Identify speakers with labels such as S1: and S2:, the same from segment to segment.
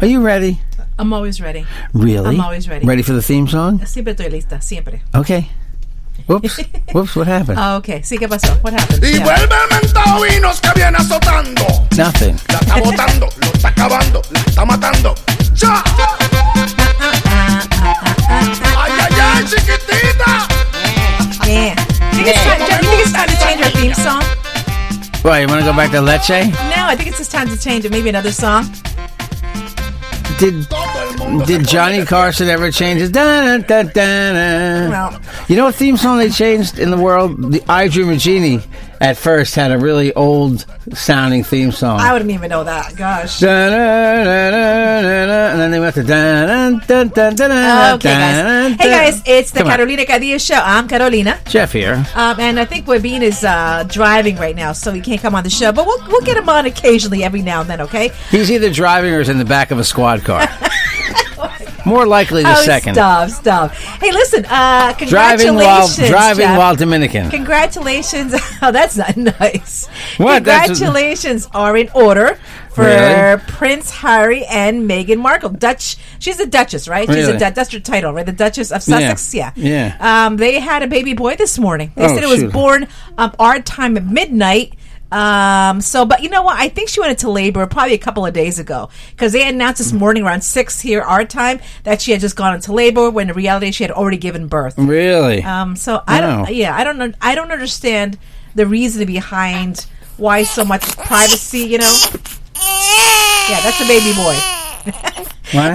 S1: Are you ready?
S2: I'm always ready.
S1: Really?
S2: I'm always ready.
S1: Ready for the theme song?
S2: Siempre estoy lista, siempre.
S1: Okay. Whoops. Whoops, what happened?
S2: Ah, okay. Sí, ¿qué pasó? What happened?
S3: Y
S2: Yeah.
S3: vuelve el mentado vinos que viene azotando.
S1: Nothing.
S3: La está botando, lo está acabando, la está matando. ¡Ya! ¡Ay, ay, ay, chiquitita!
S2: Yeah. Do you think it's time- do you think it's time to change our theme song?
S1: Why, you want to go back to Leche?
S2: No, I think it's just time to change it. Maybe another song.
S1: Did
S3: Todo el mundo
S1: did
S3: se
S1: Johnny Carson ever change his... Da, da, da, da.
S2: Well-
S1: You know what theme song they changed in the world? The I Dream of Jeannie at first had a really old sounding theme song.
S2: I wouldn't even know that. Gosh.
S1: Da, da, da, da, da, da, and then they went to da, da, da, da, da, da,
S2: Okay,
S1: da, da.
S2: guys. Hey, guys. It's the
S1: Come on.
S2: Carolina Cadillo Show. I'm Carolina.
S1: Jeff here.
S2: Um, and I think Webin is uh, driving right now, so he can't come on the show. But we'll, we'll get him on occasionally every now and then, okay?
S1: He's either driving or is in the back of a squad car. More likely the
S2: oh,
S1: second.
S2: stop, stop. Hey, listen, uh,
S1: Driving while
S2: congratulations.
S1: driving
S2: Jeff.
S1: while Dominican.
S2: Congratulations. Oh, that's not nice.
S1: What? That's-
S2: Congratulations are in order for
S1: Really?
S2: Prince Harry and Meghan Markle. Dutch. She's a Duchess, right? She's
S1: Really?
S2: a du- That's her title, right? The Duchess of Sussex.
S1: Yeah.
S2: Yeah.
S1: Yeah.
S2: Um, they had a baby boy this morning. They
S1: Oh,
S2: said it was
S1: shoot.
S2: born um, our time at midnight. Um, so, but you know what? I think she went into labor probably a couple of days ago because they announced this morning around six here our time that she had just gone into labor when in reality she had already given birth.
S1: really?
S2: Um, so I
S1: Wow.
S2: don't. Yeah, I don't. know- I don't understand the reason behind why so much privacy. You know. Yeah, that's the baby boy.
S1: what?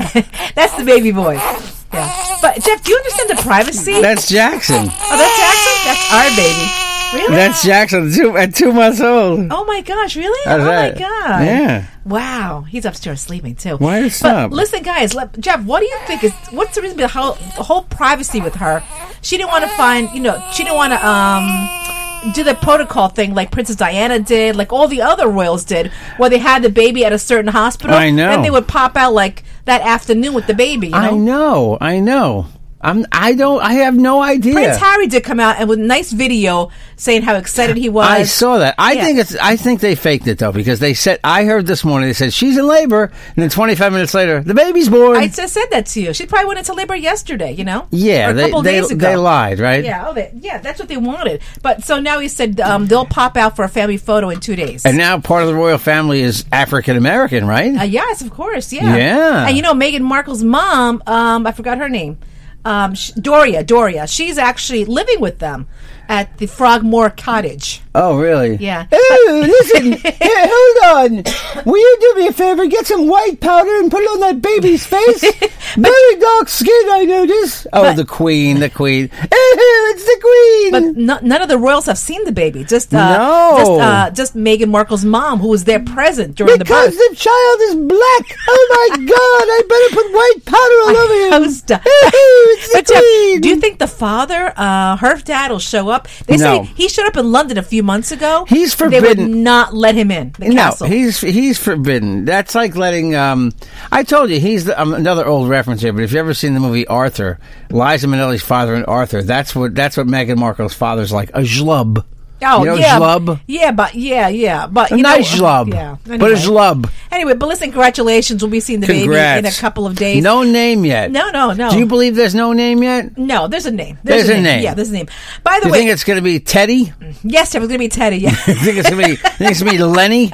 S2: That's the baby boy. Yeah. But Jeff, do you understand the privacy?
S1: That's Jackson.
S2: oh, that's Jackson. That's our baby. Really?
S1: That's Jackson. Two at two months old.
S2: oh my gosh! Really?
S1: How's
S2: oh
S1: that?
S2: my god!
S1: Yeah.
S2: Wow, he's upstairs sleeping too.
S1: Why is
S2: But
S1: that?
S2: listen, guys, let, Jeff, what do you think is what's the reason behind the whole, the whole privacy with her? She didn't want to find, you know, she didn't want to um do the protocol thing like Princess Diana did, like all the other royals did, where they had the baby at a certain hospital.
S1: I know.
S2: and they would pop out like that afternoon with the baby. You know?
S1: I know. I know. I'm. I don't. I have no idea.
S2: Prince Harry did come out and with a nice video saying how excited he was.
S1: I saw that. I
S2: Yeah.
S1: think it's. I think they faked it though because they said. I heard this morning they said she's in labor, and then 25 minutes later the baby's born.
S2: I just said that to you. She probably went into labor yesterday, you know?
S1: yeah,
S2: Or a
S1: they
S2: couple
S1: they,
S2: days ago.
S1: they lied, right?
S2: Yeah, oh, they, yeah, that's what they wanted. But so now he said um, they'll pop out for a family photo in two days.
S1: And now part of the royal family is African American, right?
S2: uh, yes, of course, yeah,
S1: Yeah.
S2: And you know, Meghan Markle's mom, um, I forgot her name, um, sh- Doria. Doria, she's actually living with them at the Frogmore Cottage.
S1: Oh, really?
S2: Yeah.
S1: Oh, listen. Hey, hold on. Will you do me a favor? Get some white powder and put it on that baby's face. Very dark skin, I notice. Oh,
S2: But-
S1: the queen, the queen. Oh, it's the
S2: But
S1: queen.
S2: no, none of the royals have seen the baby. Just uh,
S1: Mm. No.
S2: just uh, just Meghan Markle's mom, who was there present during
S1: because
S2: the birth.
S1: the child is black. Oh my God! I better put white powder all over him.
S2: I was done.
S1: Oh, it's the
S2: But Jeff,
S1: queen.
S2: do you think the father, uh, her dad, will show up? They
S1: No.
S2: say he showed up in London a few months ago.
S1: He's
S2: They would
S1: forbidden-
S2: not let him in. The castle.
S1: No, he's he's forbidden. That's like letting. Um, I told you he's the, um, another old reference here. But if you have ever seen the movie Arthur, Liza Minnelli's father in Arthur, that's what that's what Meghan Markle's father's like a schlub.
S2: Oh
S1: you know,
S2: yeah,
S1: schlub.
S2: yeah, but yeah, yeah, but
S1: A
S2: you
S1: nice
S2: know,
S1: schlub,
S2: yeah.
S1: but a
S2: anyway.
S1: schlub.
S2: Anyway, but listen, congratulations. We'll be seeing the
S1: Congrats.
S2: baby in a couple of days.
S1: No name yet.
S2: No, no, no.
S1: Do you believe there's no name yet?
S2: no, there's a name.
S1: There's a name.
S2: Yeah, there's a name. By the
S1: You
S2: way,
S1: think it's going to be Teddy? You
S2: yes, Jeff, it's going to be Teddy. Yeah.
S1: think it's going to be? you think it's going to be Lenny?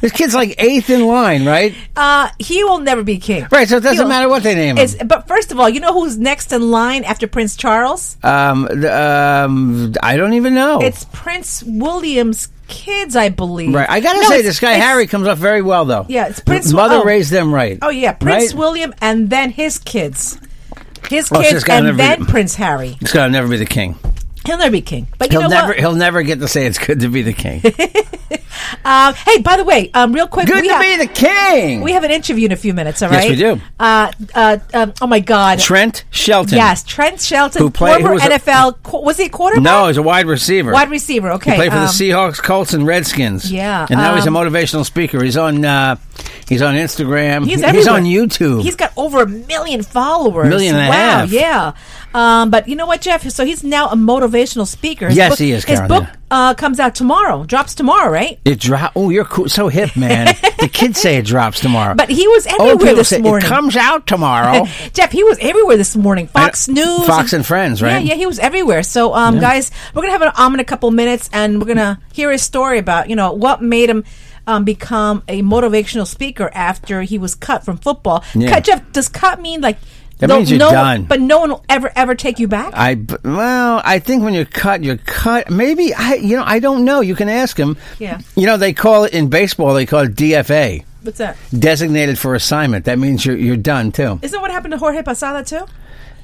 S1: This kid's like eighth in line, right?
S2: uh, he will never be king.
S1: Right. So it doesn't
S2: He'll-
S1: matter what they name him.
S2: Is, but first of all, you know who's next in line after Prince Charles?
S1: um, the- um, I don't even know.
S2: It's Prince William's kids, I believe.
S1: Right. I gotta
S2: No,
S1: say,
S2: it's-
S1: this guy
S2: it's-
S1: Harry comes off very well, though.
S2: Yeah, it's Prince-
S1: Mother
S2: oh.
S1: raised them right.
S2: Oh yeah, Prince
S1: Right?
S2: William, and then his kids, his
S1: Oh, so this
S2: kids,
S1: guy never
S2: and then
S1: did-
S2: Prince Harry.
S1: He's gonna never be the king.
S2: He'll never be king. But you
S1: He'll
S2: know
S1: never.
S2: what?
S1: He'll never get to say it's good to be the king.
S2: Um, hey, by the way, um, real quick,
S1: Good
S2: we
S1: to
S2: have,
S1: be the king.
S2: we have an interview in a few minutes. All
S1: Yes,
S2: right.
S1: we do.
S2: Uh, uh, um, oh my God.
S1: Trent Shelton.
S2: Yes, Trent Shelton,
S1: Who played- who
S2: former
S1: was a-
S2: NFL. qu- was he a quarterback?
S1: No, he's a wide receiver.
S2: wide receiver. Okay,
S1: He played for
S2: um,
S1: the Seahawks, Colts, and Redskins.
S2: Yeah,
S1: and now he's a
S2: um,
S1: motivational speaker. He's on, uh, he's on Instagram.
S2: He's,
S1: he's
S2: everywhere.
S1: on YouTube.
S2: He's got over a million followers.
S1: Million and a
S2: wow,
S1: half.
S2: yeah. Um, but you know what, Jeff? So he's now a motivational speaker. His
S1: Yes,
S2: book,
S1: he is,
S2: His
S1: Karen,
S2: book
S1: yeah.
S2: uh, comes out tomorrow. Drops tomorrow, right?
S1: it drop. Oh, you're cool. so hip, man. the kids say it drops tomorrow.
S2: But he was
S1: Oh,
S2: everywhere
S1: people
S2: this
S1: say
S2: morning.
S1: it comes out tomorrow.
S2: Jeff, he was everywhere this morning. Fox
S1: Oh. I know.
S2: News,
S1: Fox and Friends, right?
S2: Yeah, yeah, he was everywhere. So, um, guys, we're gonna have an um in a couple minutes, and we're gonna hear his story about you know what made him. Um, become a motivational speaker after he was cut from football.
S1: Yeah.
S2: Cut, Jeff, does cut mean like
S1: That
S2: no-
S1: means you're
S2: no,
S1: done.
S2: But no one will ever ever take you back.
S1: I b- well, I think when you're cut, you're cut. Maybe I, you know, I don't know. You can ask him.
S2: Yeah.
S1: You know, they call it in baseball. They call it DFA,
S2: What's that?
S1: designated for assignment. That means you're you're done too.
S2: Isn't what happened to Jorge Posada too?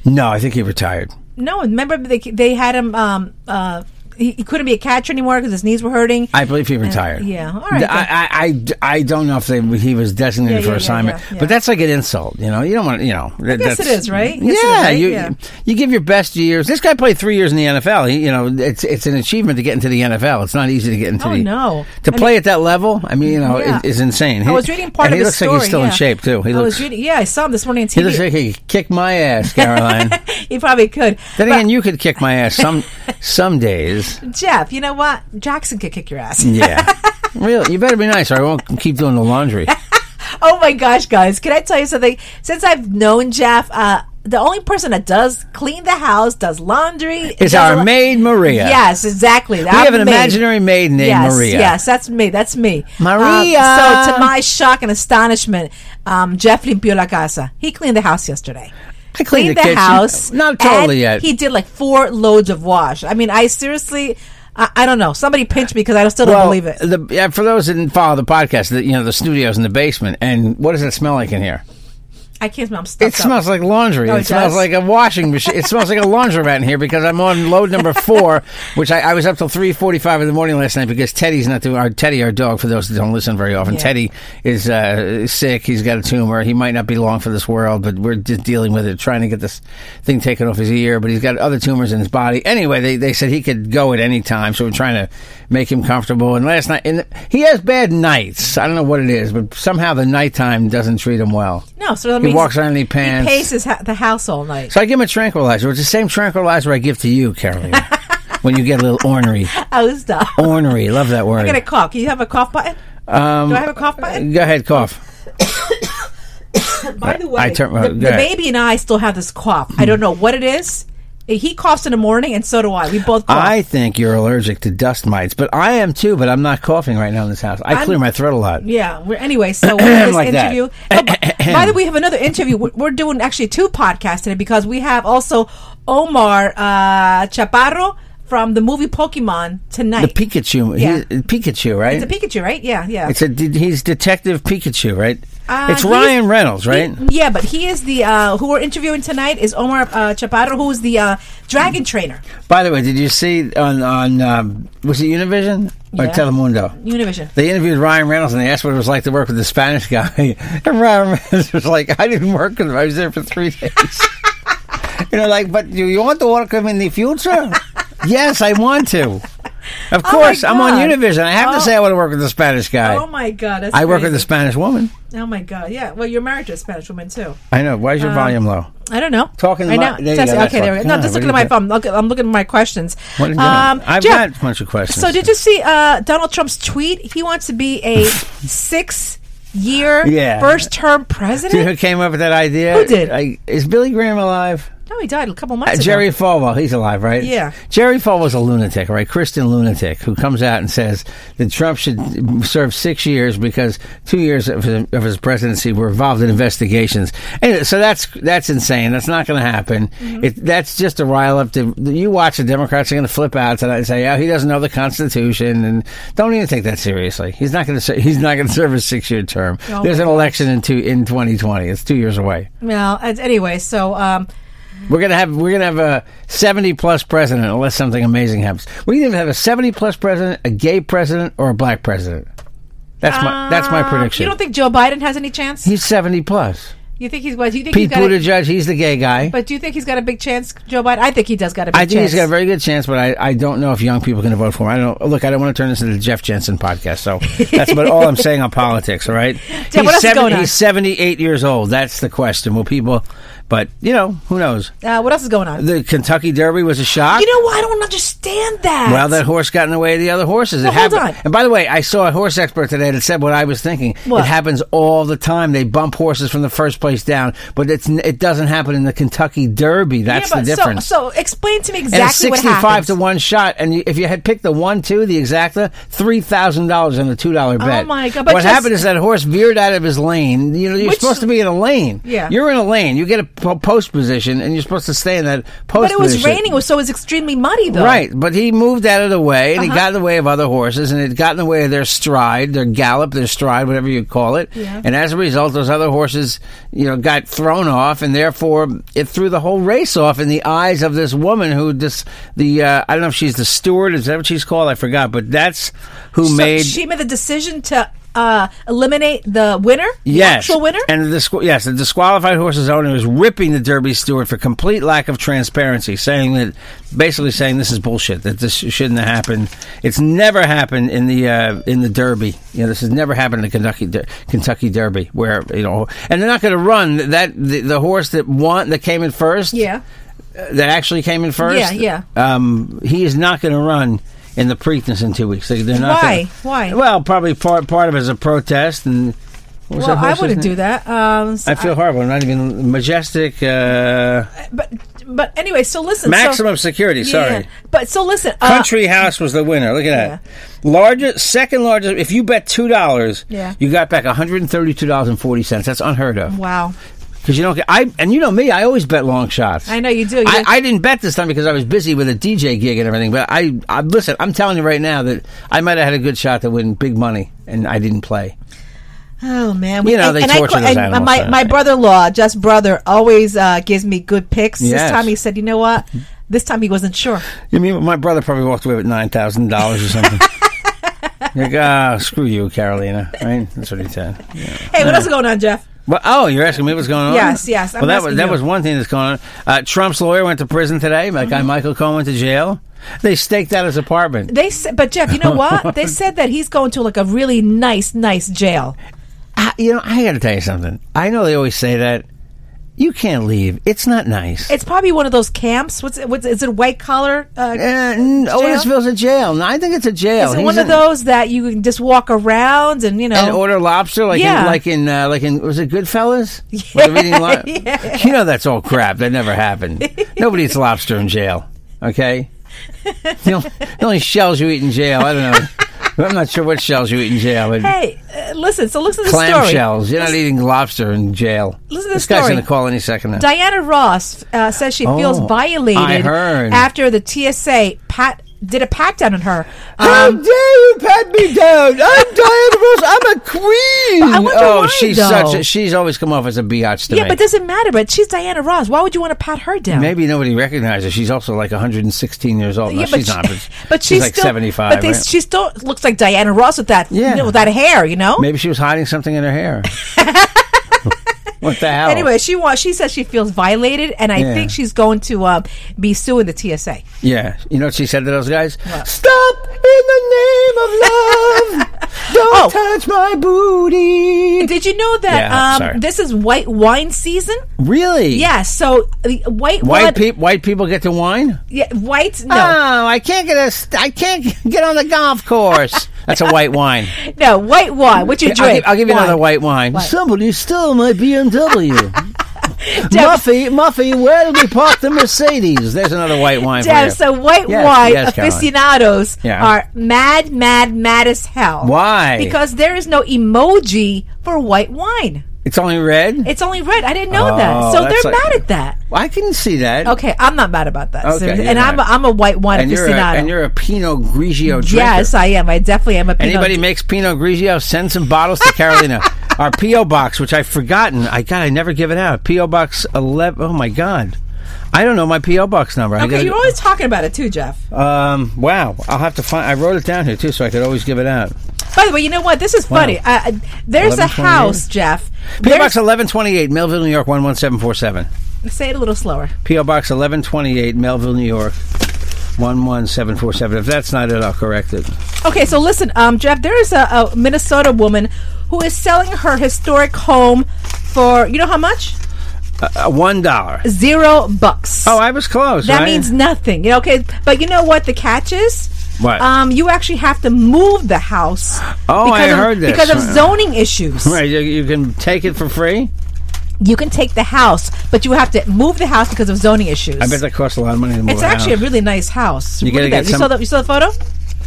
S1: No, I think he retired.
S2: No, remember they they had him. Um, uh, he, he couldn't be a catcher anymore because his knees were hurting.
S1: I believe he retired.
S2: Uh, yeah, all right,
S1: I, I, I, I don't know if they, he was designated
S2: Yeah,
S1: for
S2: yeah, yeah,
S1: assignment,
S2: yeah, yeah.
S1: but that's like an insult. You know, you don't want to, you know. I
S2: guess it is, right? Yes, it is,
S1: yeah,
S2: right?
S1: You,
S2: Yeah.
S1: you give your best years. This guy played three years in the NFL. He, you know, it's it's an achievement to get into the NFL. It's not easy to get into.
S2: Oh,
S1: the,
S2: no.
S1: To
S2: I
S1: play at that level, I mean, you know,
S2: Yeah.
S1: is, is insane.
S2: I
S1: He-
S2: was reading part
S1: and
S2: of
S1: he
S2: his
S1: looks
S2: story.
S1: like he's still
S2: yeah. Oh,
S1: in shape too. He
S2: I
S1: looks
S2: was reading. Yeah, I saw him this morning on TV.
S1: he looks like he could kick my ass, Caroline.
S2: he probably could.
S1: then
S2: But
S1: again, you could kick my ass some some days.
S2: Jeff, you know what? Jackson could kick your ass.
S1: Yeah. Really, you better be nice, or I won't keep doing the laundry.
S2: oh my gosh, guys! Can I tell you something? Since I've known Jeff, uh, the only person that does clean the house, does laundry,
S1: It's
S2: does
S1: our
S2: a-
S1: maid Maria.
S2: Yes, exactly.
S1: We have an imaginary maid named
S2: yes,
S1: Maria.
S2: Yes, that's me. That's me.
S1: Maria.
S2: Um, so, to my shock and astonishment, um, Jeff limpió la casa. He cleaned the house yesterday.
S1: I cleaned the kitchen.
S2: house.
S1: Not totally yet.
S2: and He did like four loads of wash. I mean, I seriously, I, I don't know. Somebody pinched me because I still don't
S1: Well,
S2: believe it.
S1: The, yeah, for those that didn't follow the podcast, the, you know the studio's in the basement, and what does it smell like in here?
S2: I can't smell. I'm
S1: It
S2: stuffed up.
S1: smells like laundry.
S2: No,
S1: it
S2: it
S1: smells
S2: does.
S1: like a washing machine. it smells like a laundromat in here because I'm on load number four, which I, I was up till three forty-five in the morning last night because Teddy's not doing. Our Teddy, our dog, for those that don't listen very often,
S2: Yeah.
S1: Teddy is uh, sick. He's got a tumor. He might not be long for this world, but we're just dealing with it, trying to get this thing taken off his ear. But he's got other tumors in his body. Anyway, they, they said he could go at any time, so we're trying to make him comfortable. And last night, and he has bad nights. I don't know what it is, but somehow the nighttime doesn't treat him well.
S2: No, so that
S1: He
S2: means
S1: walks around in the pants.
S2: He paces ha- the house all night.
S1: So I give him a tranquilizer. It's the same tranquilizer I give to you, Carolina, when you get a little ornery.
S2: oh, stop.
S1: Ornery. Love that word.
S2: I'm gonna cough. Can you have a cough button?
S1: um,
S2: Do I have a cough button?
S1: Go ahead, cough.
S2: By the way,
S1: I turn- uh,
S2: the,
S1: go
S2: the
S1: ahead.
S2: baby and I still have this cough. I don't know what it is. He coughs in the morning, and so do I. We both cough.
S1: I think you're allergic to dust mites, but I am too, but I'm not coughing right now in this house. I clear my throat a lot.
S2: yeah. We're, anyway, so we have this
S1: Like that.
S2: interview. Oh, b- by the way, we have another interview. We're, we're doing actually two podcasts today because we have also Omar uh, Chaparro from the movie Pokemon
S1: The
S2: tonight.
S1: Pikachu.
S2: Yeah.
S1: he's- Pikachu, right?
S2: it's a Pikachu, right? Yeah, yeah.
S1: It's a de- he's Detective Pikachu, right?
S2: Uh,
S1: it's
S2: he's-
S1: Ryan Reynolds, right?
S2: yeah, but he is the uh, who we're interviewing tonight is Omar uh, Chaparro, who is the uh, dragon trainer.
S1: By the way, did you see on on um, was it Univision or
S2: Yeah.
S1: Telemundo?
S2: Univision.
S1: They interviewed Ryan Reynolds and they asked what it was like to work with the Spanish guy. And Ryan Reynolds was like, I didn't work with him. I was there for three days. you know, like, but do you want to work with him in the future? yes, I want to. Of
S2: Oh my
S1: course, I'm on
S2: God.
S1: Univision. I have
S2: Oh.
S1: to say I want to work with the Spanish guy.
S2: Oh my god! That's
S1: I work with
S2: crazy.
S1: a Spanish woman.
S2: Oh my god! Yeah. Well, you're married to a Spanish woman too.
S1: I know. Why is
S2: Uh-huh.
S1: your volume low?
S2: I don't know.
S1: Talking
S2: right
S1: to my-
S2: now.
S1: there you
S2: Just-
S1: go, that's
S2: okay, there we
S1: fine.
S2: go. No,
S1: No, what
S2: just looking
S1: are
S2: at my
S1: you
S2: phone. Look, I'm looking at my questions.
S1: What are you doing?
S2: um,
S1: I've
S2: Jeff,
S1: got a bunch of questions.
S2: So did you see uh, Donald Trump's tweet? He wants to be a six-year,
S1: Yeah.
S2: first-term
S1: Do you know who
S2: president.
S1: came up with that idea?
S2: Who did?
S1: I, is Billy Graham alive?
S2: No, he died a couple
S1: Uh,
S2: months ago.
S1: Jerry Falwell, he's alive, right?
S2: Yeah.
S1: Jerry Falwell's a lunatic, right? Christian lunatic who comes out and says that Trump should serve six years because two years of his, of his presidency were involved in investigations. Anyway, so that's that's insane. That's not going to happen.
S2: Mm-hmm.
S1: It, that's just a rile up. To, you watch the Democrats are going to flip out tonight and say, "Oh, he doesn't know the Constitution," and don't even take that seriously. He's not going to he's not going to serve a six year term.
S2: Oh,
S1: There's
S2: my
S1: an election in two in 2020. It's two years away.
S2: Well, and anyway, so um,
S1: We're gonna have we're gonna have a seventy plus president unless something amazing happens. We either have a seventy plus president, a gay president, or a black president. That's my that's my
S2: Uh,
S1: prediction.
S2: You don't think Joe Biden has any chance?
S1: he's seventy plus?
S2: you think he's what? Do you think
S1: Pete
S2: he's got? A,
S1: Buttigieg, he's the gay guy.
S2: but do you think he's got a big chance, Joe Biden? I think he does got a big
S1: I think
S2: chance.
S1: he's got a very good chance, but I, I don't know if young people can vote for him. I don't look. I don't want to turn this into the Jeff Jensen podcast. So that's about all I'm saying on politics. All right.
S2: what else is going on?
S1: He's 78 years old. That's the question. Will people? But you know, who knows?
S2: uh, what else is going on?
S1: The Kentucky Derby was a shock.
S2: you know what? I don't understand that.
S1: well, that horse got in the way of the other horses.
S2: Well,
S1: it
S2: hold
S1: happened.
S2: on.
S1: And by the way, I saw a horse expert today that said what I was thinking.
S2: What?
S1: It happens all the time. They bump horses from the first place down, but it's n- it doesn't happen in the Kentucky Derby. That's
S2: yeah, but
S1: the difference.
S2: So, so explain to me
S1: And
S2: exactly
S1: it's 65
S2: what happens.
S1: to 1 shot. And you- if you had picked the 1 2, the exacta, $3,000 on a $2 bet.
S2: Oh my God, but
S1: what
S2: just-
S1: happened is that horse veered out of his lane. You know, you're
S2: Which-
S1: supposed to be in a lane.
S2: Yeah.
S1: You're in a lane. You get a po- post position, and you're supposed to stay in that post
S2: But it was
S1: position.
S2: raining, so it was extremely muddy, though. Uh-huh.
S1: Right, but he moved out of the way, and he got in the way of other horses, and it got in the way of their stride, their gallop, their stride, whatever you call it.
S2: Yeah.
S1: And as a result, those other horses, you know, got thrown off, and therefore it threw the whole race off in the eyes of this woman who just the uh, I don't know if she's the steward, is that what she's called? I forgot, but that's who
S2: So
S1: made.
S2: she made the decision to uh, eliminate the winner, the
S1: Yes,
S2: actual winner.
S1: and the disqu- yes, the disqualified horse's owner is ripping the Derby steward for complete lack of transparency, saying that basically saying this is bullshit that this shouldn't have happened. It's never happened in the uh, in the Derby. You know, this has never happened in the Kentucky Der- Kentucky Derby, where you know, and they're not going to run that the, the horse that won that came in first.
S2: yeah,
S1: uh, that actually came in first.
S2: Yeah,
S1: yeah. Um, he is not going to run. In the Preakness in two weeks, They- they're not.
S2: Why?
S1: Gonna,
S2: Why?
S1: Well, probably part part of it is a protest, and what was
S2: well,
S1: that
S2: I
S1: horse's
S2: wouldn't
S1: name?
S2: do that. Um, so
S1: I feel horrible. I'm not even majestic. Uh,
S2: but but anyway, so listen,
S1: maximum
S2: so,
S1: security. Sorry.
S2: Yeah, but so listen, uh,
S1: Country House was the winner. Look at that. Largest, second largest. If you bet two dollars,
S2: Yeah.
S1: you got back one hundred and thirty-two dollars and forty cents. That's unheard of.
S2: Wow,
S1: Because you don't get. I and you know me. I always bet long shots.
S2: I know you do. You
S1: I,
S2: don't-
S1: I didn't bet this time because I was busy with a DJ gig and everything. But I, I listen. I'm telling you right now that I might have had a good shot to win big money, and I didn't play.
S2: oh man,
S1: You know,
S2: and,
S1: they
S2: and
S1: torture
S2: I,
S1: those
S2: and
S1: animals,
S2: My
S1: don't
S2: my
S1: they?
S2: brother-in-law, just brother, always uh, gives me good picks. This
S1: Yes.
S2: time he said, you know what? This time he wasn't sure.
S1: You mean my brother probably walked away with nine thousand dollars or something? like, ah, screw you, Carolina. Right? That's what he said.
S2: Hey, what else is going on, Jeff?
S1: Well, oh, you're asking me what's going on?
S2: Yes, yes, I'm
S1: well, that
S2: asking
S1: was that
S2: you.
S1: was one thing that's going on. Uh, Trump's lawyer went to prison today. My
S2: Mm-hmm.
S1: guy Michael Cohen went to jail. They staked out his apartment.
S2: They said, but Jeff, you know what? they said that he's going to like a really nice, nice jail.
S1: I, you know, I got to tell you something. I know they always say that. You can't leave. It's not nice.
S2: It's probably one of those camps. What's it? What's, is it white collar? Uh,
S1: and
S2: jail?
S1: Otisville's a jail. No, I think it's a jail.
S2: Is it
S1: He's
S2: one of
S1: in-
S2: those that you can just walk around and you know?
S1: and order lobster like
S2: Oh. Yeah.
S1: in, like in uh, like in was it Goodfellas? Where they're eating lo- You know that's all crap. That never happened. Nobody eats lobster in jail. Okay. the, only, the only shells you eat in jail. I don't know. I'm not sure what shells you eat in jail. But
S2: hey, uh, listen. So listen to the
S1: clam
S2: story.
S1: shells. You're not eating lobster in jail.
S2: Listen to the
S1: this guy's
S2: story.
S1: gonna call any second. now.
S2: Diana Ross uh, says she feels
S1: Oh,
S2: violated
S1: I heard.
S2: after the TSA pat did a pat down on her.
S1: How
S2: Um,
S1: dare you pat me down? I'm Diana Ross. I'm a queen.
S2: I wonder
S1: oh,
S2: why,
S1: she's
S2: though.
S1: such. A, she's always come off as a biatch to
S2: yeah,
S1: me.
S2: but it doesn't matter. But she's Diana Ross. Why would you want to pat her down?
S1: Maybe nobody recognizes. She's also like 116 years old. No,
S2: Yeah,
S1: she's
S2: she-
S1: not. But,
S2: but
S1: she's,
S2: she's
S1: like
S2: still,
S1: 75.
S2: But they,
S1: right?
S2: she still looks like Diana Ross with that,
S1: Yeah.
S2: you know, with that hair. You know.
S1: Maybe she was hiding something in her hair. what the hell?
S2: Anyway, she wants. She says she feels violated, and I
S1: Oh. Yeah.
S2: think she's going to um, be suing the TSA.
S1: Yeah. You know what she said to those guys? Stop in the name of love. Don't
S2: Oh.
S1: touch my booty.
S2: Did you know that
S1: Yeah,
S2: um,
S1: sorry.
S2: this is white wine season?
S1: Really?
S2: Yeah, so the white
S1: White,
S2: wine,
S1: peop white people get to wine?
S2: yeah, white no,
S1: Oh, I can't get a. St- I can't get on the golf course. That's a white wine.
S2: no white wine. What you
S1: I'll give,
S2: drink?
S1: I'll give you
S2: Wine.
S1: another white wine. Somebody stole my BMW.
S2: Deb-
S1: Muffy, Muffy, where did we park the Mercedes? There's another white wine for
S2: Damn,
S1: you.
S2: so white
S1: Yes,
S2: wine
S1: yes, Caroline.
S2: aficionados
S1: Yeah.
S2: are mad, mad, mad as hell.
S1: Why?
S2: Because there is no emoji for white wine.
S1: It's only red?
S2: It's only red. I didn't know that,
S1: Oh,
S2: so
S1: that's
S2: they're
S1: like-
S2: mad at that.
S1: I can see that.
S2: Okay, I'm not mad about that.
S1: Okay,
S2: So-
S1: you're
S2: and I'm a,
S1: not.
S2: I'm a white wine
S1: And you're, a,
S2: aficionado.
S1: and you're a Pinot Grigio drinker.
S2: yes, I am. I definitely am a Pinot
S1: Anybody makes Pinot Grigio, send some bottles to Carolina. Our P.O. box, which I've forgotten. I God, I never give it out. P.O. box eleven. Oh my God, I don't know my PO box number. I
S4: Okay,
S1: gotta-
S4: you're always talking about it too, Jeff.
S1: um, wow, I'll have to find. I wrote it down here too, so I could always give it out.
S2: By the way, you know what? This is funny. Uh, uh, there's a
S1: 11, 20
S2: house, Jeff.
S1: PO
S2: There's-
S1: box eleven twenty eight, Melville, New York one one seven four seven.
S2: Say it a little slower.
S1: PO box eleven twenty eight, Melville, New York one one seven four seven. If that's not it, I'll correct it.
S2: Okay, so listen, um, Jeff, there is a, a Minnesota woman who is selling her historic home for you know how much?
S1: Uh, One dollar.
S2: Zero bucks.
S1: Oh, I was close.
S2: that
S1: right?
S2: means nothing. You know, okay, but you know what the catch is?
S1: What?
S2: Um, you actually have to move the house.
S1: Oh, I
S2: because of,
S1: heard this.
S2: because of zoning issues.
S1: Right, you, you can take it for free.
S2: You can take the house, but you have to move the house because of zoning issues.
S1: I bet that costs a lot of money to move.
S2: it's
S1: a
S2: actually
S1: house.
S2: a really nice house.
S1: You
S2: Look
S1: gotta
S2: at
S1: get
S2: that. You
S1: some-
S2: saw the you saw the photo?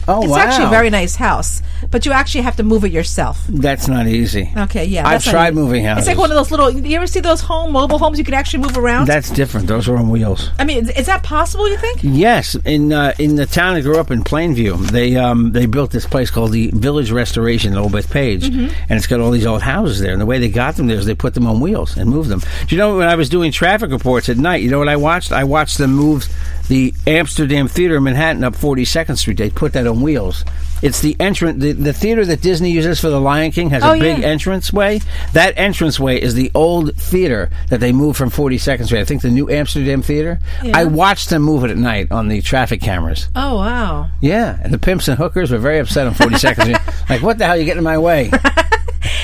S1: oh
S2: It's
S1: wow,
S2: actually a very nice house, but you actually have to move it yourself.
S1: That's not easy.
S2: Okay, yeah.
S1: I've
S2: that's how
S1: tried
S2: you-
S1: moving houses.
S2: It's like one of those little. You ever see those home mobile homes you can actually move around?
S1: That's different. Those are on wheels.
S2: I mean, is, is that possible? You think?
S1: Yes, in uh, in the town I grew up in, Plainview, they um, they built this place called the Village Restoration in Old Bethpage,
S2: Mm-hmm.
S1: and it's got all these old houses there. And the way they got them there is they put them on wheels and moved them. Do you know when I was doing traffic reports at night? You know what I watched? I watched them move the Amsterdam Theater in Manhattan up 42nd Street. They put that on wheels. It's the entrance. The, the theater that Disney uses for The Lion King has
S2: Oh,
S1: a big
S2: yeah.
S1: entrance way. That entrance way is the old theater that they moved from 42nd Street. I think the new Amsterdam Theater. I watched them move it at night on the traffic cameras.
S2: Oh wow!
S1: Yeah, and the pimps and hookers were very upset on 42nd Street. Like, what the hell? You getting in my way?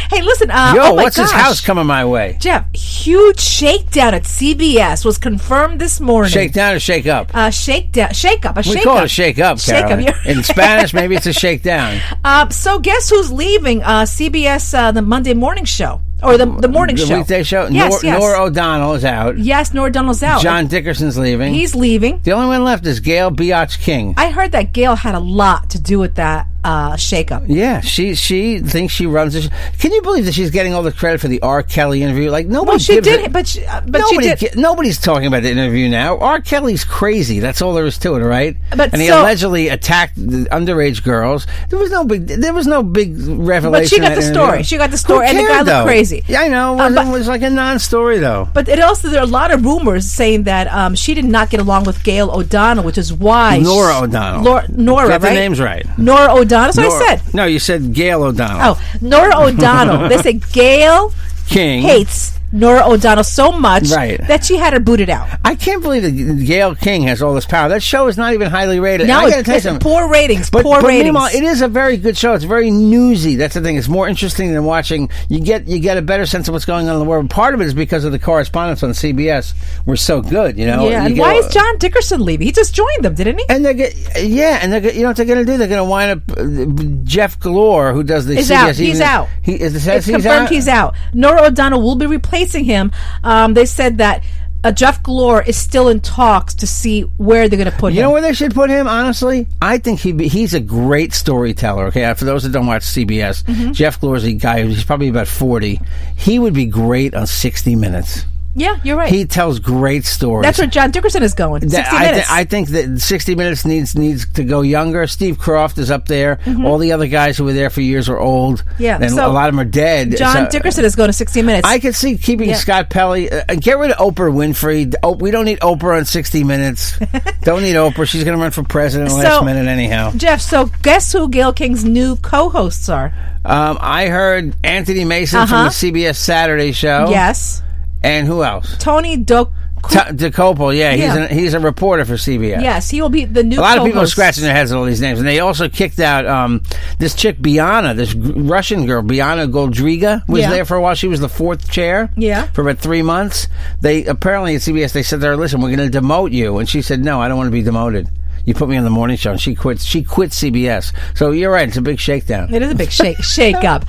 S2: Hey, listen. Uh,
S1: Yo,
S2: oh my
S1: what's this
S2: gosh.
S1: house coming my way?
S2: Jeff, huge shakedown at CBS was confirmed this morning.
S1: Shake down or shake up?
S2: Uh, shakedown, shake up, a
S1: we
S2: shake
S1: call
S2: up.
S1: it a shake up,
S2: Shake up,
S1: Caroline.
S2: you're-
S1: In Spanish, maybe it's a shake down.
S2: Uh, so guess who's leaving uh, CBS uh, the Monday morning show or the the morning
S1: The
S2: show?
S1: weekday show.
S2: Yes,
S1: Nor-
S2: yes.
S1: Nora O'Donnell is out.
S2: yes, Nora Donald's out.
S1: John Dickerson's leaving.
S2: he's leaving.
S1: the only one left is Gail Biatch King.
S2: I heard that Gail had a lot to do with that uh, shake up.
S1: Yeah, she she thinks she runs. This. Can you believe that she's getting all the credit for the R. Kelly interview? Like nobody.
S2: Well, she
S1: gives
S2: did,
S1: it-
S2: but she, uh, but she
S1: nobody
S2: did.
S1: gi- nobody's talking about the interview now. R. Kelly's crazy. That's all there is to it, right?
S2: But
S1: and he
S2: so-
S1: allegedly attacked the underage girls. There was no big. There was no big revelation.
S2: got
S1: in
S2: the
S1: interview.
S2: story. She got the
S1: Who
S2: story, and the
S1: cared,
S2: guy looked
S1: though?
S2: crazy.
S1: Yeah, I know.
S2: Uh, but-
S1: it was like a non-story, though.
S2: But it also there are a lot of rumors saying that um, she did not get along with Gail O'Donnell, which is why
S1: Nora O'Donnell.
S2: Lor- Nora,
S1: Get the
S2: right?
S1: names right.
S2: Nora O'Donnell. That's what
S1: Nora-
S2: I said.
S1: No, you said Gail O'Donnell.
S2: Oh, Nora O'Donnell. they said Gail
S1: King.
S2: hates Nora O'Donnell so much
S1: Right.
S2: that she had her booted out.
S1: I can't believe that Gail King has all this power. That show is not even highly rated.
S2: Now
S1: And I got to
S2: it's,
S1: tell you
S2: it's
S1: something.
S2: poor ratings.
S1: But,
S2: poor
S1: but
S2: ratings.
S1: meanwhile, it is a very good show. It's very newsy. That's the thing. It's more interesting than watching. You get you get a better sense of what's going on in the world. Part of it is because of the correspondence on CBS. We're so good, you know.
S2: yeah.
S1: You
S2: And
S1: get
S2: why
S1: a-
S2: is John Dickerson leaving? He just joined them, didn't he?
S1: And they get yeah, and they're get- you know what they're going to do? They're going to wind up uh, Jeff Glore, who does the
S2: He's
S1: CBS.
S2: out. He's
S1: evening-
S2: out.
S1: He is it
S2: it's
S1: says he's
S2: confirmed
S1: out.
S2: he's out. Nora O'Donnell will be replacing him. Um, they said that uh, Jeff Glore is still in talks to see where they're going to put
S1: You
S2: him.
S1: know where they should put him? Honestly, I think he be, he's a great storyteller. Okay, Uh, for those that don't watch CBS,
S2: Mm-hmm.
S1: Jeff Glore's a guy who's probably about forty. He would be great on sixty Minutes.
S2: yeah, you're right.
S1: He tells great stories.
S2: That's where John Dickerson is going.
S1: That-
S2: 60
S1: I, thi-
S2: minutes.
S1: I think that 60 Minutes needs needs to go younger. Steve Croft is up there. All the other guys who were there for years are old.
S2: Mm-hmm. Yeah,
S1: and
S2: so
S1: a lot of them are dead.
S2: John
S1: So-
S2: Dickerson is going to 60 minutes.
S1: I could see keeping
S2: Yeah.
S1: Scott Pelley. Uh, uh, get rid of Oprah Winfrey. D- Oh, we don't need Oprah on 60 Minutes. don't need Oprah. She's going to run for president last
S2: So-
S1: minute anyhow.
S2: Jeff, so guess who Gail King's new co-hosts are?
S1: Um, I heard Anthony Mason
S2: Uh-huh.
S1: from the CBS Saturday show.
S2: Yes,
S1: And who else?
S2: Tony Doc.
S1: T- DeCopel. Yeah, he's,
S2: Yeah.
S1: An, he's a reporter for CBS.
S2: Yes, he will be the new.
S1: A lot of people are
S2: co-host.
S1: scratching their heads at all these names, and they also kicked out um, this chick Biana, this g- Russian girl Biana Goldriga was
S2: Yeah.
S1: there for a while. She was the fourth chair,
S2: Yeah.
S1: for about three months. They apparently at CBS they said to her, "Listen, we're going to demote you," and she said, "No, I don't want to be demoted. You put me on the morning show," and she quit. She quit CBS. So you're right; it's a big shakedown.
S2: It is a big shake shake up.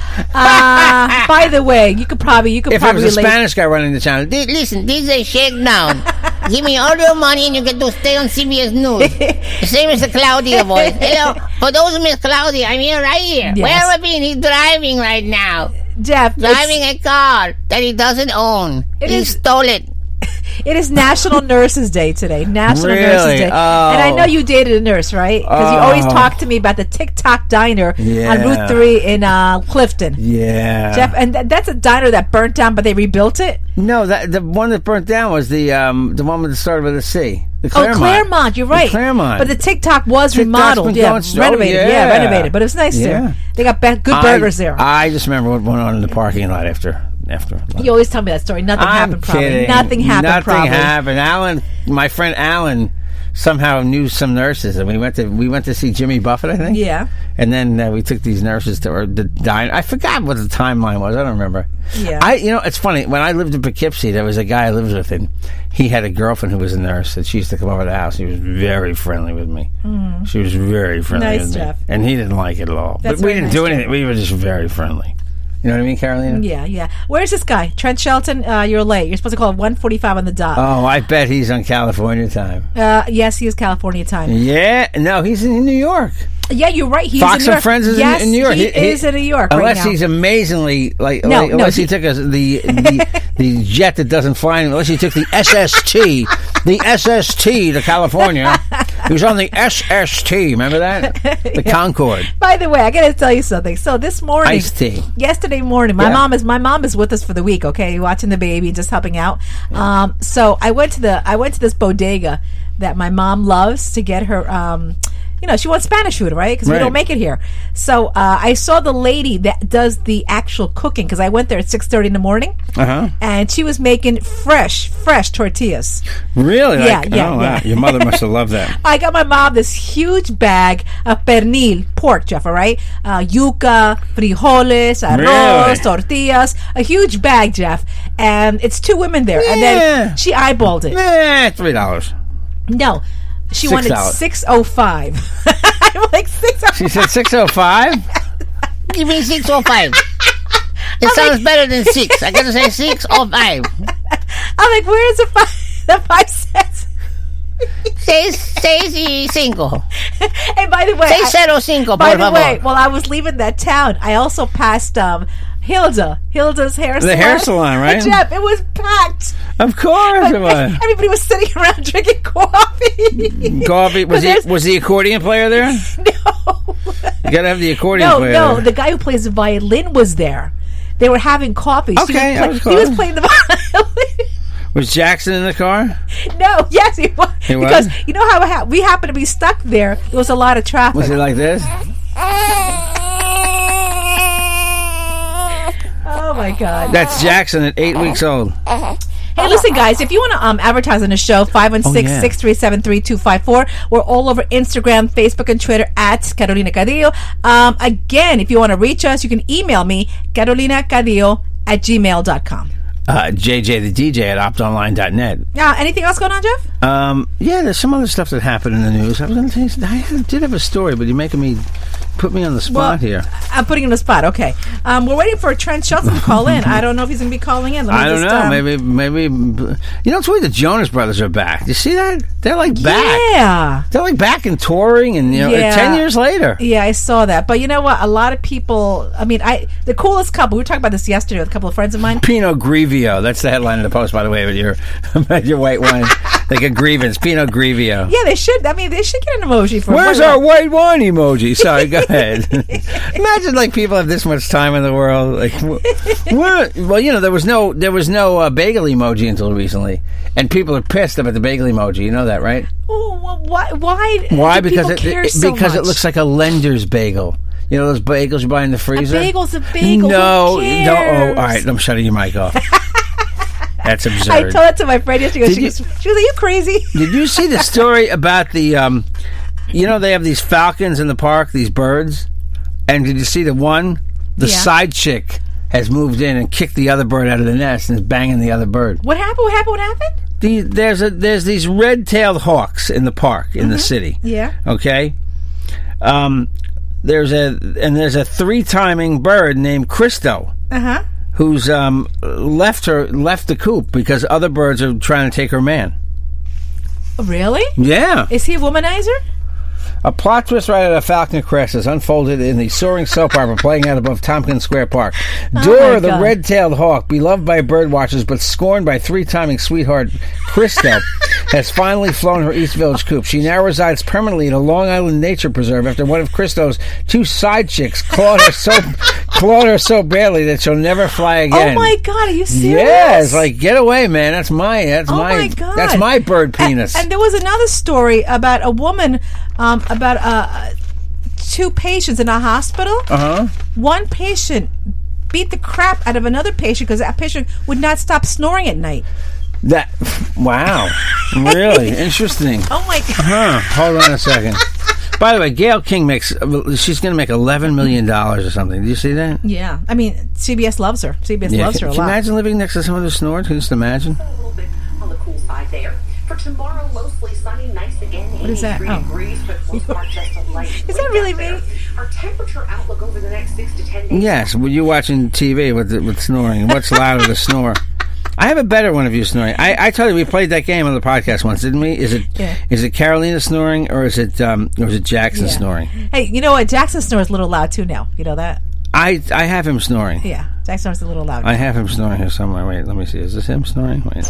S2: Uh, by the way, you could probably you could
S1: If it
S2: probably
S1: was a
S2: relate.
S1: Spanish guy running the channel,
S5: Th- Listen, this is a shakedown. Give me all your money and you get to stay on CBS News. Same as the Claudia voice. Hello, for those who miss Claudia, I'm here right here.
S2: Yes.
S5: Where have I been? He's driving right now.
S2: Jeff, it's-
S5: Driving a car that he doesn't own.
S2: It
S5: he
S2: is-
S5: stole it.
S2: It is National Nurses Day today. National
S1: Really?
S2: Nurses Day. And I
S1: Oh.
S2: know you dated a nurse, right? Because you always
S1: Oh.
S2: talk to me about the TikTok diner on
S1: Yeah.
S2: Route 3 in uh, Clifton.
S1: Yeah.
S2: Jeff, and th- that's a diner that burnt down, but they rebuilt it.
S1: No, that the one that burnt down was the um the one that started with a C. The Claremont.
S2: Oh, Claremont, you're
S1: The
S2: right.
S1: Claremont.
S2: But the TikTok was
S1: been
S2: remodeled, yeah,
S1: going st- oh,
S2: renovated, yeah.
S1: yeah.
S2: renovated. But it was nice
S1: Yeah.
S2: there. They got ba- good
S1: I-
S2: burgers there.
S1: I just remember what went on in the parking lot after after.
S2: you always tell me that story. Nothing
S1: I'm
S2: happened. Probably
S1: kidding.
S2: nothing happened.
S1: Nothing
S2: probably.
S1: happened. Alan, my friend Alan, somehow knew some nurses, and we went to we went to see Jimmy Buffett, I think.
S2: Yeah.
S1: And then uh, we took these nurses to or the dine. I forgot what the timeline was. I don't remember.
S2: Yeah.
S1: I you know it's funny when I lived in Poughkeepsie, there was a guy I lived with, and he had a girlfriend who was a nurse, and she used to come over to the house. He was very friendly with me. She was very friendly
S2: Mm. Nice,
S1: with me,
S2: Jeff.
S1: and he didn't like it at all.
S2: That's
S1: but we
S2: very
S1: didn't
S2: nice,
S1: do
S2: Jeff.
S1: anything. We were just very friendly. You know what I mean, Carolina?
S2: Yeah, yeah. Where's this guy? Trent Shelton, uh, you're late. You're supposed to call at 145 on the dot.
S1: Oh, I bet he's on California time.
S2: Uh, yes, he is California time.
S1: Yeah, no, he's in New York.
S2: Yeah, you're right. He's
S1: Fox
S2: in New York.
S1: and Friends is
S2: yes,
S1: in, in New York.
S2: He, is in New York
S1: Unless
S2: right now.
S1: he's amazingly like,
S2: No,
S1: like-
S2: no,
S1: unless he,
S2: he-
S1: took a, the the the jet that doesn't fly. Unless he took the SST, the SST to California. he was on the SST. Remember that? The Concorde.
S2: By the way, I gotta tell you something. So this morning,
S1: Iced tea.
S2: Yesterday morning, my
S1: Yeah.
S2: mom is my mom is with us for the week. Okay, watching the baby and just helping out. Um, so I went to the I went to this bodega that my mom loves to get her. Um, you know, she wants Spanish food, right? Because we
S1: Right.
S2: don't make it here. So uh, I saw the lady that does the actual cooking because I went there at six thirty in the morning,
S1: Uh-huh.
S2: and she was making fresh, fresh tortillas.
S1: Really? oh,
S2: Yeah, yeah, yeah.
S1: Your mother must have loved that.
S2: I got my mom this huge bag of pernil, pork, Jeff, all right? Uh, yuca, frijoles, arroz,
S1: Really?
S2: tortillas. A huge bag, Jeff. And it's two women there. And
S1: Yeah.
S2: then she eyeballed it.
S1: Eh, three dollars.
S2: No. She
S1: Six
S2: wanted
S1: dollars.
S2: 605 I'm like, 605
S1: She said six oh five.
S5: Give me six or five.
S2: Oh
S5: It sounds better than six. I gotta say six or five.
S2: I'm like, where's the five, the five cents?
S5: Seis, seis y cinco.
S2: And by the way,
S5: Seis
S2: I-
S1: oh
S5: cero cinco,
S2: by
S5: por
S2: the way,
S5: favor.
S2: while I was leaving that town, I also passed um, Hilda, Hilda's hair salon.
S1: The hair salon, right?
S2: And Jeff, it was packed.
S1: Of course, it was.
S2: Everybody was sitting around drinking coffee.
S1: Coffee
S2: But
S1: was he,
S2: there's-
S1: was the accordion player there?
S2: no,
S1: You gotta have the accordion
S2: no,
S1: player.
S2: no.
S1: there.
S2: The guy who plays the violin was there. They were having coffee. She
S1: Okay, I
S2: was
S1: was
S2: play- he was
S1: close.
S2: playing the violin.
S1: was Jackson in the car?
S2: no, yes, he was.
S1: He was?
S2: because you know how it ha- we happened to be stuck there. There was a lot of traffic.
S1: Was it like this?
S2: oh my god.
S1: That's Jackson at eight weeks old.
S2: Hey, listen, guys, if you want to um, advertise on the show, 516
S1: Oh, yeah.
S2: 637 3254. We're all over Instagram, Facebook, and Twitter at Carolina Cadillo. Um, again, if you want to reach us, you can email me, Carolina Cadillo at gmail.com.
S1: Uh, JJ the DJ at optonline.net.
S2: Now, anything else going on, Jeff?
S1: Um, yeah, there's some other stuff that happened in the news. I was gonna tell you, I had- did have a story, but you're making me put me on the spot
S2: Well,
S1: here.
S2: I'm putting you on the spot. Okay. Um, we're waiting for Trent Shelton to call in. I don't know if he's going to be calling in. Let me
S1: I don't
S2: just,
S1: know.
S2: um,
S1: maybe, maybe you know. It's weird. The Jonas Brothers are back. You see that? They're like back.
S2: Yeah.
S1: They're like back and touring, and you know, uh,
S2: Yeah.
S1: ten years later.
S2: Yeah, I saw that. But you know what? A lot of people, I mean, I the coolest couple, we were talking about this yesterday with a couple of friends of mine.
S1: Pinot Grigio. That's the headline of the post, by the way, with your about your white wine, like a grievance. Pinot Grigio.
S2: Yeah, they should. I mean, they should get an emoji for
S1: Where's
S2: it.
S1: our white wine emoji? Sorry, go ahead. Imagine like people have this much time in the world. Like, wh- where, well, you know, there was no there was no uh, bagel emoji until recently, and people are pissed about the bagel emoji. You know that, right?
S2: Oh, wh- why? Why?
S1: Why?
S2: do
S1: because
S2: people
S1: it,
S2: care
S1: it-
S2: so
S1: because it
S2: much?
S1: looks like a lender's bagel. You know those bagels you buy in the freezer.
S2: bagel's a bagel. Who
S1: No, no. Oh, all
S2: cares?
S1: right. I'm shutting your mic off. That's absurd.
S2: I told that to my friend yesterday.
S1: Did
S2: She,
S1: you-
S2: goes, she was like, "You crazy?"
S1: Did you see the story about the? Um, you know they have these falcons in the park, these birds, and did you see the one? The
S2: Yeah.
S1: side chick has moved in and kicked the other bird out of the nest and is banging the other bird.
S2: What happened? What happened? What happened?
S1: The, there's a there's these red tailed hawks in the park in the city.
S2: Mm-hmm. Yeah.
S1: Okay. Um, there's a and there's a three timing bird named Cristo
S2: Uh huh.
S1: who's um, left her left the coop because other birds are trying to take her man.
S2: Oh, Really?
S1: Yeah.
S2: Is he a womanizer?
S1: A plot twist right out of Falcon Crest is unfolded in the soaring soap opera playing out above Tompkins Square Park. Dora, the
S2: Oh God.
S1: red-tailed hawk, beloved by birdwatchers but scorned by three-timing sweetheart Christo, has finally flown her East Village coop. She now resides permanently in a Long Island nature preserve after one of Christo's two side chicks clawed her so clawed her so badly that she'll never fly
S2: Oh
S1: again.
S2: my god, are you serious?
S1: Yeah, it's like get away, man. That's my that's
S2: Oh
S1: my,
S2: my God.
S1: that's my bird penis.
S2: And there was another story about a woman, um, about uh, two patients in a hospital.
S1: Uh-huh.
S2: One patient beat the crap out of another patient because that patient would not stop snoring at night.
S1: That wow, really interesting.
S2: Oh my
S1: Huh.
S2: god!
S1: Hold on a second. By the way, Gail King makes she's going to make eleven million dollars or something. Do you see that?
S2: Yeah, I mean CBS loves her. CBS loves
S1: Can,
S2: her a
S1: can you
S2: lot.
S1: imagine living next to someone who snored? Can you just imagine?
S4: a little bit on the cool side there. For tomorrow, mostly sunny, nice again. What
S2: is that? Oh.
S4: Degrees, but for the most part, just a light
S2: Is that
S4: wind
S2: really
S4: out there.
S2: me?
S4: Our temperature outlook over the next six to ten days.
S1: Yes. Well, you're watching TV with with snoring. What's louder, the snore? I have a better one of you snoring. I, I tell you, we played that game on the podcast once, didn't we? Is it is
S2: Yeah.
S1: it Carolina snoring or is it um, or is it Jackson snoring?
S2: Hey, you know what? Jackson snores a little loud too now. You know that?
S1: I I have him snoring.
S2: Yeah, Jackson snores a little loud.
S1: I have him snoring here somewhere. Wait, let me see. Is this him snoring? Wait.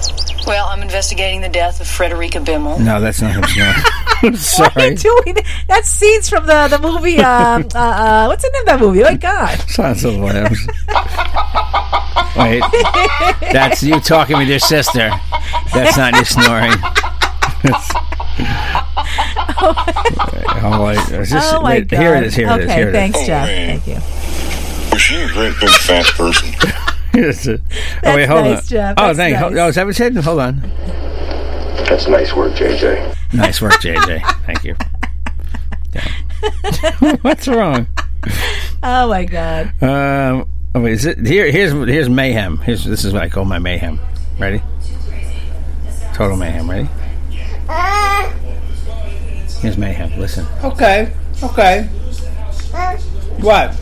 S6: Well, I'm investigating the death of Frederica Bimmel.
S1: No, that's not him snoring. I'm
S2: Why are you
S1: sorry.
S2: doing that? That's scenes from the the movie. Um, uh, uh, what's the name of that movie? Oh my god!
S1: Silence of the Lambs. Wait. That's you talking with your sister. That's not you snoring. oh, wait, is this-
S2: Oh my
S1: wait,
S2: god!
S1: Here it is. Here it is.
S2: okay,
S1: Here it
S2: thanks,
S1: is.
S2: Jeff.
S7: man.
S2: Thank you.
S7: Was she a great big fat person?
S1: Here it is. oh, wait,
S2: That's
S1: hold
S2: nice,
S1: on.
S2: Jeff.
S1: Oh,
S2: That's
S1: thank you.
S2: nice.
S1: Oh, is that what you said? Hold on.
S8: That's nice work, JJ.
S1: Nice work, JJ. Thank you. Yeah. What's wrong?
S2: Oh my god!
S1: Um, oh, wait, is it, here, here's here's mayhem. Here's this is what I call my mayhem. Ready? Total mayhem. Ready? Here's mayhem. Listen.
S9: Okay. Okay. What?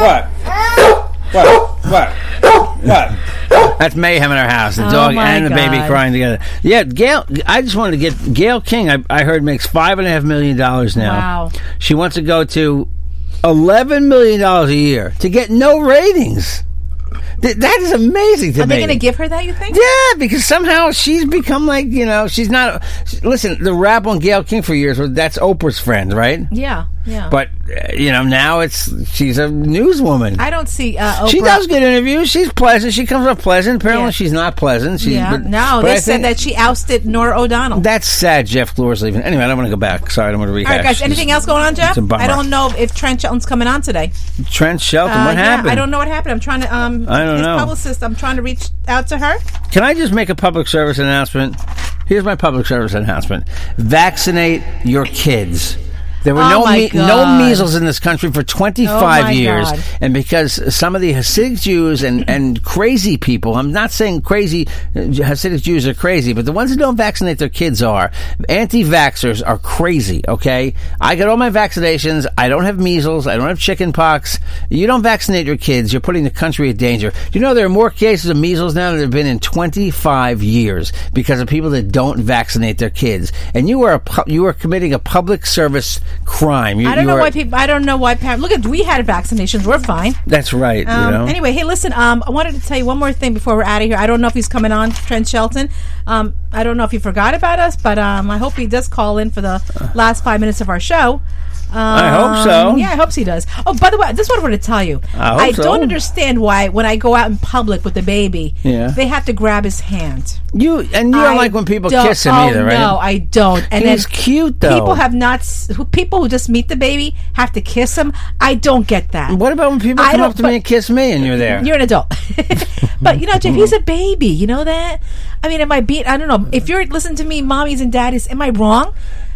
S9: What? What? What? What?
S1: That's mayhem in our house. The
S2: Oh
S1: dog
S2: my
S1: and the baby
S2: God.
S1: crying together. Yeah, Gail. I just wanted to get Gail King. I, I heard makes five and a half million dollars now.
S2: Wow.
S1: She wants to go to eleven million dollars a year to get no ratings. Th- that is amazing to
S2: Are
S1: me.
S2: they going to give her that? You think?
S1: Yeah, because somehow she's become like you know she's not. Listen, the rap on Gail King for years was that's Oprah's friend, right?
S2: Yeah, yeah.
S1: But uh, you know now it's she's a newswoman.
S2: I don't see uh, Oprah.
S1: she does good interviews. She's pleasant. She comes off pleasant. Apparently,
S2: Yeah.
S1: she's not pleasant. She's,
S2: Yeah,
S1: but-
S2: no,
S1: but
S2: they
S1: I
S2: said
S1: think-
S2: that she ousted Nora O'Donnell.
S1: That's sad. Jeff Floor's leaving. Anyway, I don't want to go back. Sorry, I don't want to rehash.
S2: All right, guys. Anything else going on, Jeff?
S1: a bummer.
S2: I don't know if Trent Shelton's coming on today.
S1: Trent Shelton,
S2: Uh,
S1: what
S2: yeah,
S1: happened?
S2: I don't know what happened. I'm trying to. Um,
S1: I don't
S2: his
S1: know.
S2: Publicist. I'm trying to reach out to her.
S1: Can I just make a public service announcement? Here's my public service announcement: Vaccinate your kids. There were
S2: Oh
S1: no
S2: my
S1: me- no
S2: God.
S1: measles in this country for 25
S2: Oh my
S1: years,
S2: God.
S1: and because some of the Hasidic Jews and, and crazy people, I'm not saying crazy uh, Hasidic Jews are crazy, but the ones who don't vaccinate their kids are anti-vaxxers are crazy. Okay, I got all my vaccinations. I don't have measles. I don't have chicken pox. You don't vaccinate your kids, you're putting the country at danger. Do you know there are more cases of measles now than there have been in 25 years because of people that don't vaccinate their kids, and you are a pu- you are committing a public service crime. You,
S2: I don't
S1: you
S2: know
S1: are-
S2: why people. I don't know why parents. Look at we had vaccinations. We're fine.
S1: That's right.
S2: Um,
S1: you know.
S2: Anyway, hey, listen. Um, I wanted to tell you one more thing before we're out of here. I don't know if he's coming on, Trent Shelton. Um, I don't know if he forgot about us, but um, I hope he does call in for the last five minutes of our show. Um, I
S1: hope so.
S2: Yeah, I hope he does. Oh, by the way, this is what I want to tell you.
S1: I hope so.
S2: don't understand why when I go out in public with the baby,
S1: Yeah.
S2: they have to grab his hand.
S1: You and you don't
S2: I
S1: like when people
S2: don't-
S1: kiss him
S2: oh,
S1: either, right?
S2: No, I don't. And
S1: He
S2: then
S1: was cute, though.
S2: People have not. s- Who, people who just meet the baby have to kiss him. I don't get that.
S1: What about when people
S2: I
S1: come
S2: don't-
S1: up to me
S2: but-
S1: and kiss me and you're there?
S2: You're an adult. but you know, Jeff, he's a baby. You know that? I mean, am I being, I don't know. If you're listening to me, mommies and daddies, am I wrong?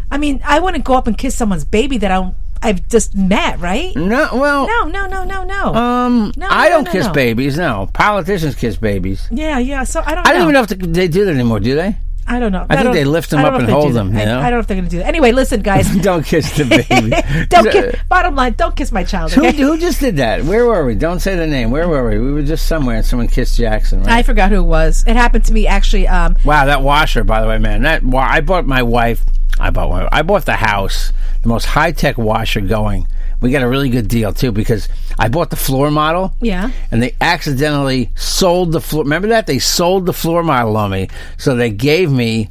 S2: I mean, I wouldn't go up and kiss someone's baby that I, I've just met, right?
S1: no, well,
S2: No, no, no, no, no.
S1: um,
S2: No,
S1: I
S2: no,
S1: don't
S2: no,
S1: kiss
S2: no.
S1: babies. No, politicians kiss babies.
S2: yeah, yeah. So I don't
S1: I don't
S2: know.
S1: even know if they do that anymore. Do they?
S2: I don't know.
S1: I think
S2: don't-
S1: they lift them
S2: I
S1: up
S2: don't know if
S1: and
S2: they do
S1: hold
S2: that.
S1: them, you
S2: I,
S1: know?
S2: I don't know if they're going to do that. Anyway, listen, guys.
S1: don't kiss the baby.
S2: don't kiss. Bottom line, don't kiss my child.
S1: Who,
S2: Okay?
S1: who just did that? Where were we? Don't say the name. Where were we? We were just somewhere and someone kissed Jackson, right?
S2: I forgot who it was. It happened to me actually. Um,
S1: wow, that washer, by the way, man. That wa- I bought my wife I bought one. I bought the house, the most high tech washer going. We got a really good deal too because I bought the floor model.
S2: Yeah.
S1: And they accidentally sold the floor. Remember that they sold the floor model on me, so they gave me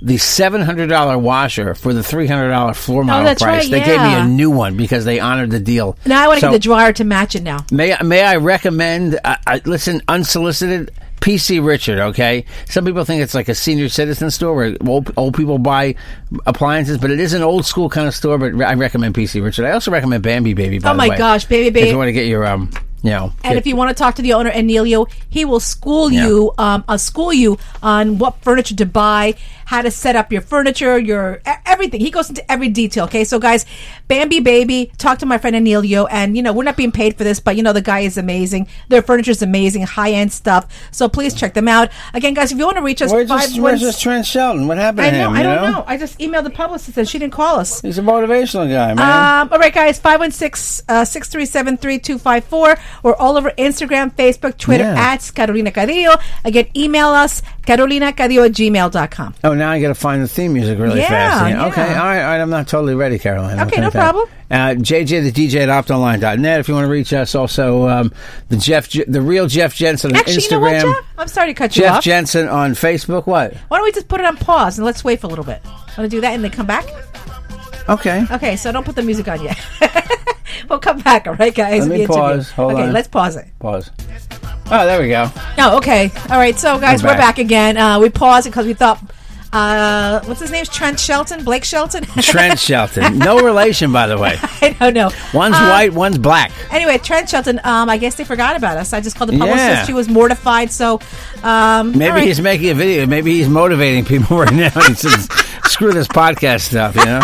S1: the seven hundred dollar washer for the three hundred dollar floor model
S2: Oh, that's
S1: price.
S2: right,
S1: they gave me
S2: yeah.
S1: a new one because they honored the deal.
S2: Now I want to
S1: So-
S2: get the dryer to match it now.
S1: May I- may I recommend? I, I, listen, unsolicited. PC Richard, okay. Some people think it's like a senior citizen store where old, old people buy appliances, but it is an old school kind of store. But I recommend PC Richard. I also recommend Bambi Baby. By
S2: Oh
S1: the
S2: my
S1: way,
S2: gosh, Bambi
S1: If
S2: Baby.
S1: you want to get your um, you know,
S2: And
S1: get-
S2: if you want to talk to the owner, Anelio, he will school
S1: Yeah.
S2: you, um, uh, school you on what furniture to buy, how to set up your furniture, your e- everything. He goes into every detail. Okay, so guys, Bambi Baby, talk to my friend Anelio, and you know we're not being paid for this, but you know the guy is amazing. Their furniture is amazing, high end stuff. So please check them out. Again, guys, if you want to reach us,
S1: where's
S2: five
S1: this,
S2: one-
S1: where's this Trent Shelton? What happened
S2: I
S1: to
S2: know,
S1: him?
S2: I
S1: you
S2: don't know. I just emailed the publicist and she didn't call us.
S1: He's a motivational guy, man.
S2: Um, all right, guys, uh, 516-637-3254. We're all over Instagram, Facebook, Twitter,
S1: Yeah.
S2: at Carolina Cadillo. Again, email us, carolinacadillo at gmail.com.
S1: Oh, now I got to find the theme music really
S2: Yeah,
S1: fast.
S2: yeah.
S1: Okay, all right, all right. I'm not totally ready, Caroline. I'll
S2: Okay,
S1: take
S2: no
S1: that.
S2: problem.
S1: Uh, JJ the DJ at optonline.net. If you want to reach us, also um, the Jeff, J- the real Jeff Jensen on
S2: Actually,
S1: Instagram.
S2: you know what, Jeff? I'm sorry to cut you
S1: Jeff
S2: off.
S1: Jensen on Facebook. What?
S2: Why don't we just put it on pause and let's wait for a little bit? Want to do that and then come back?
S1: Okay.
S2: Okay, so don't put the music on yet. we'll come back, all right, guys?
S1: Let me
S2: The interview.
S1: pause. Hold
S2: okay,
S1: on.
S2: let's pause it.
S1: Pause. Oh, there we go.
S2: No, okay. All right, so guys,
S1: I'm
S2: we're
S1: back.
S2: back again. Uh, we paused because we thought, uh, what's his name? Trent Shelton? Blake Shelton?
S1: Trent Shelton. No relation, by the way.
S2: I don't know.
S1: One's
S2: Um,
S1: white, one's black.
S2: Anyway, Trent Shelton, um, I guess they forgot about us. I just called the publicist.
S1: Yeah.
S2: She was mortified. So um,
S1: Maybe
S2: all right.
S1: he's making a video. Maybe he's motivating people right now. He says, screw this podcast stuff, you know?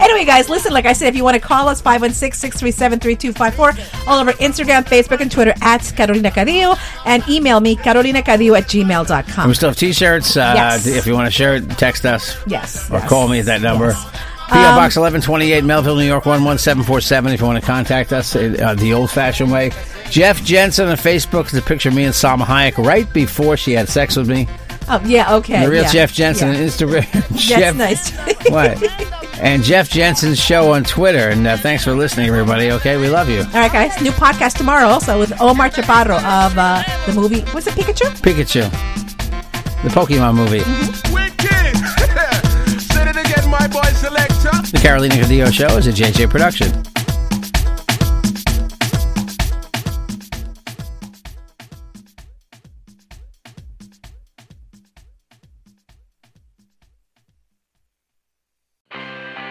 S2: Anyway, guys, listen, like I said, if you want to call us, 516 637 3254, all over Instagram, Facebook, and Twitter at Carolina Cadillo, and email me, carolinacadillo at gmail.com.
S1: We still have t-shirts. Uh,
S2: Yes.
S1: If you want to share it, text us.
S2: Yes,
S1: Or
S2: yes,
S1: call me at that number.
S2: yes. Um,
S1: PO Box 1128, Melville, New York 11747. If you want to contact us uh, the old-fashioned way. Jeff Jensen on Facebook is a picture of me and Salma Hayek right before she had sex with me.
S2: Oh, yeah, okay.
S1: The real
S2: yeah,
S1: Jeff Jensen
S2: yeah.
S1: on Instagram. That's
S2: That's nice.
S1: What? And Jeff Jensen's show on Twitter. And uh, thanks for listening, everybody. Okay, we love you.
S2: All right, guys, new podcast tomorrow also with Omar Chaparro of uh, the movie, what's it, Pikachu?
S1: Pikachu, the Pokemon movie,
S3: Wicked! Say it again, my boy selector.
S1: the Carolina Cadillo show is a JJ production.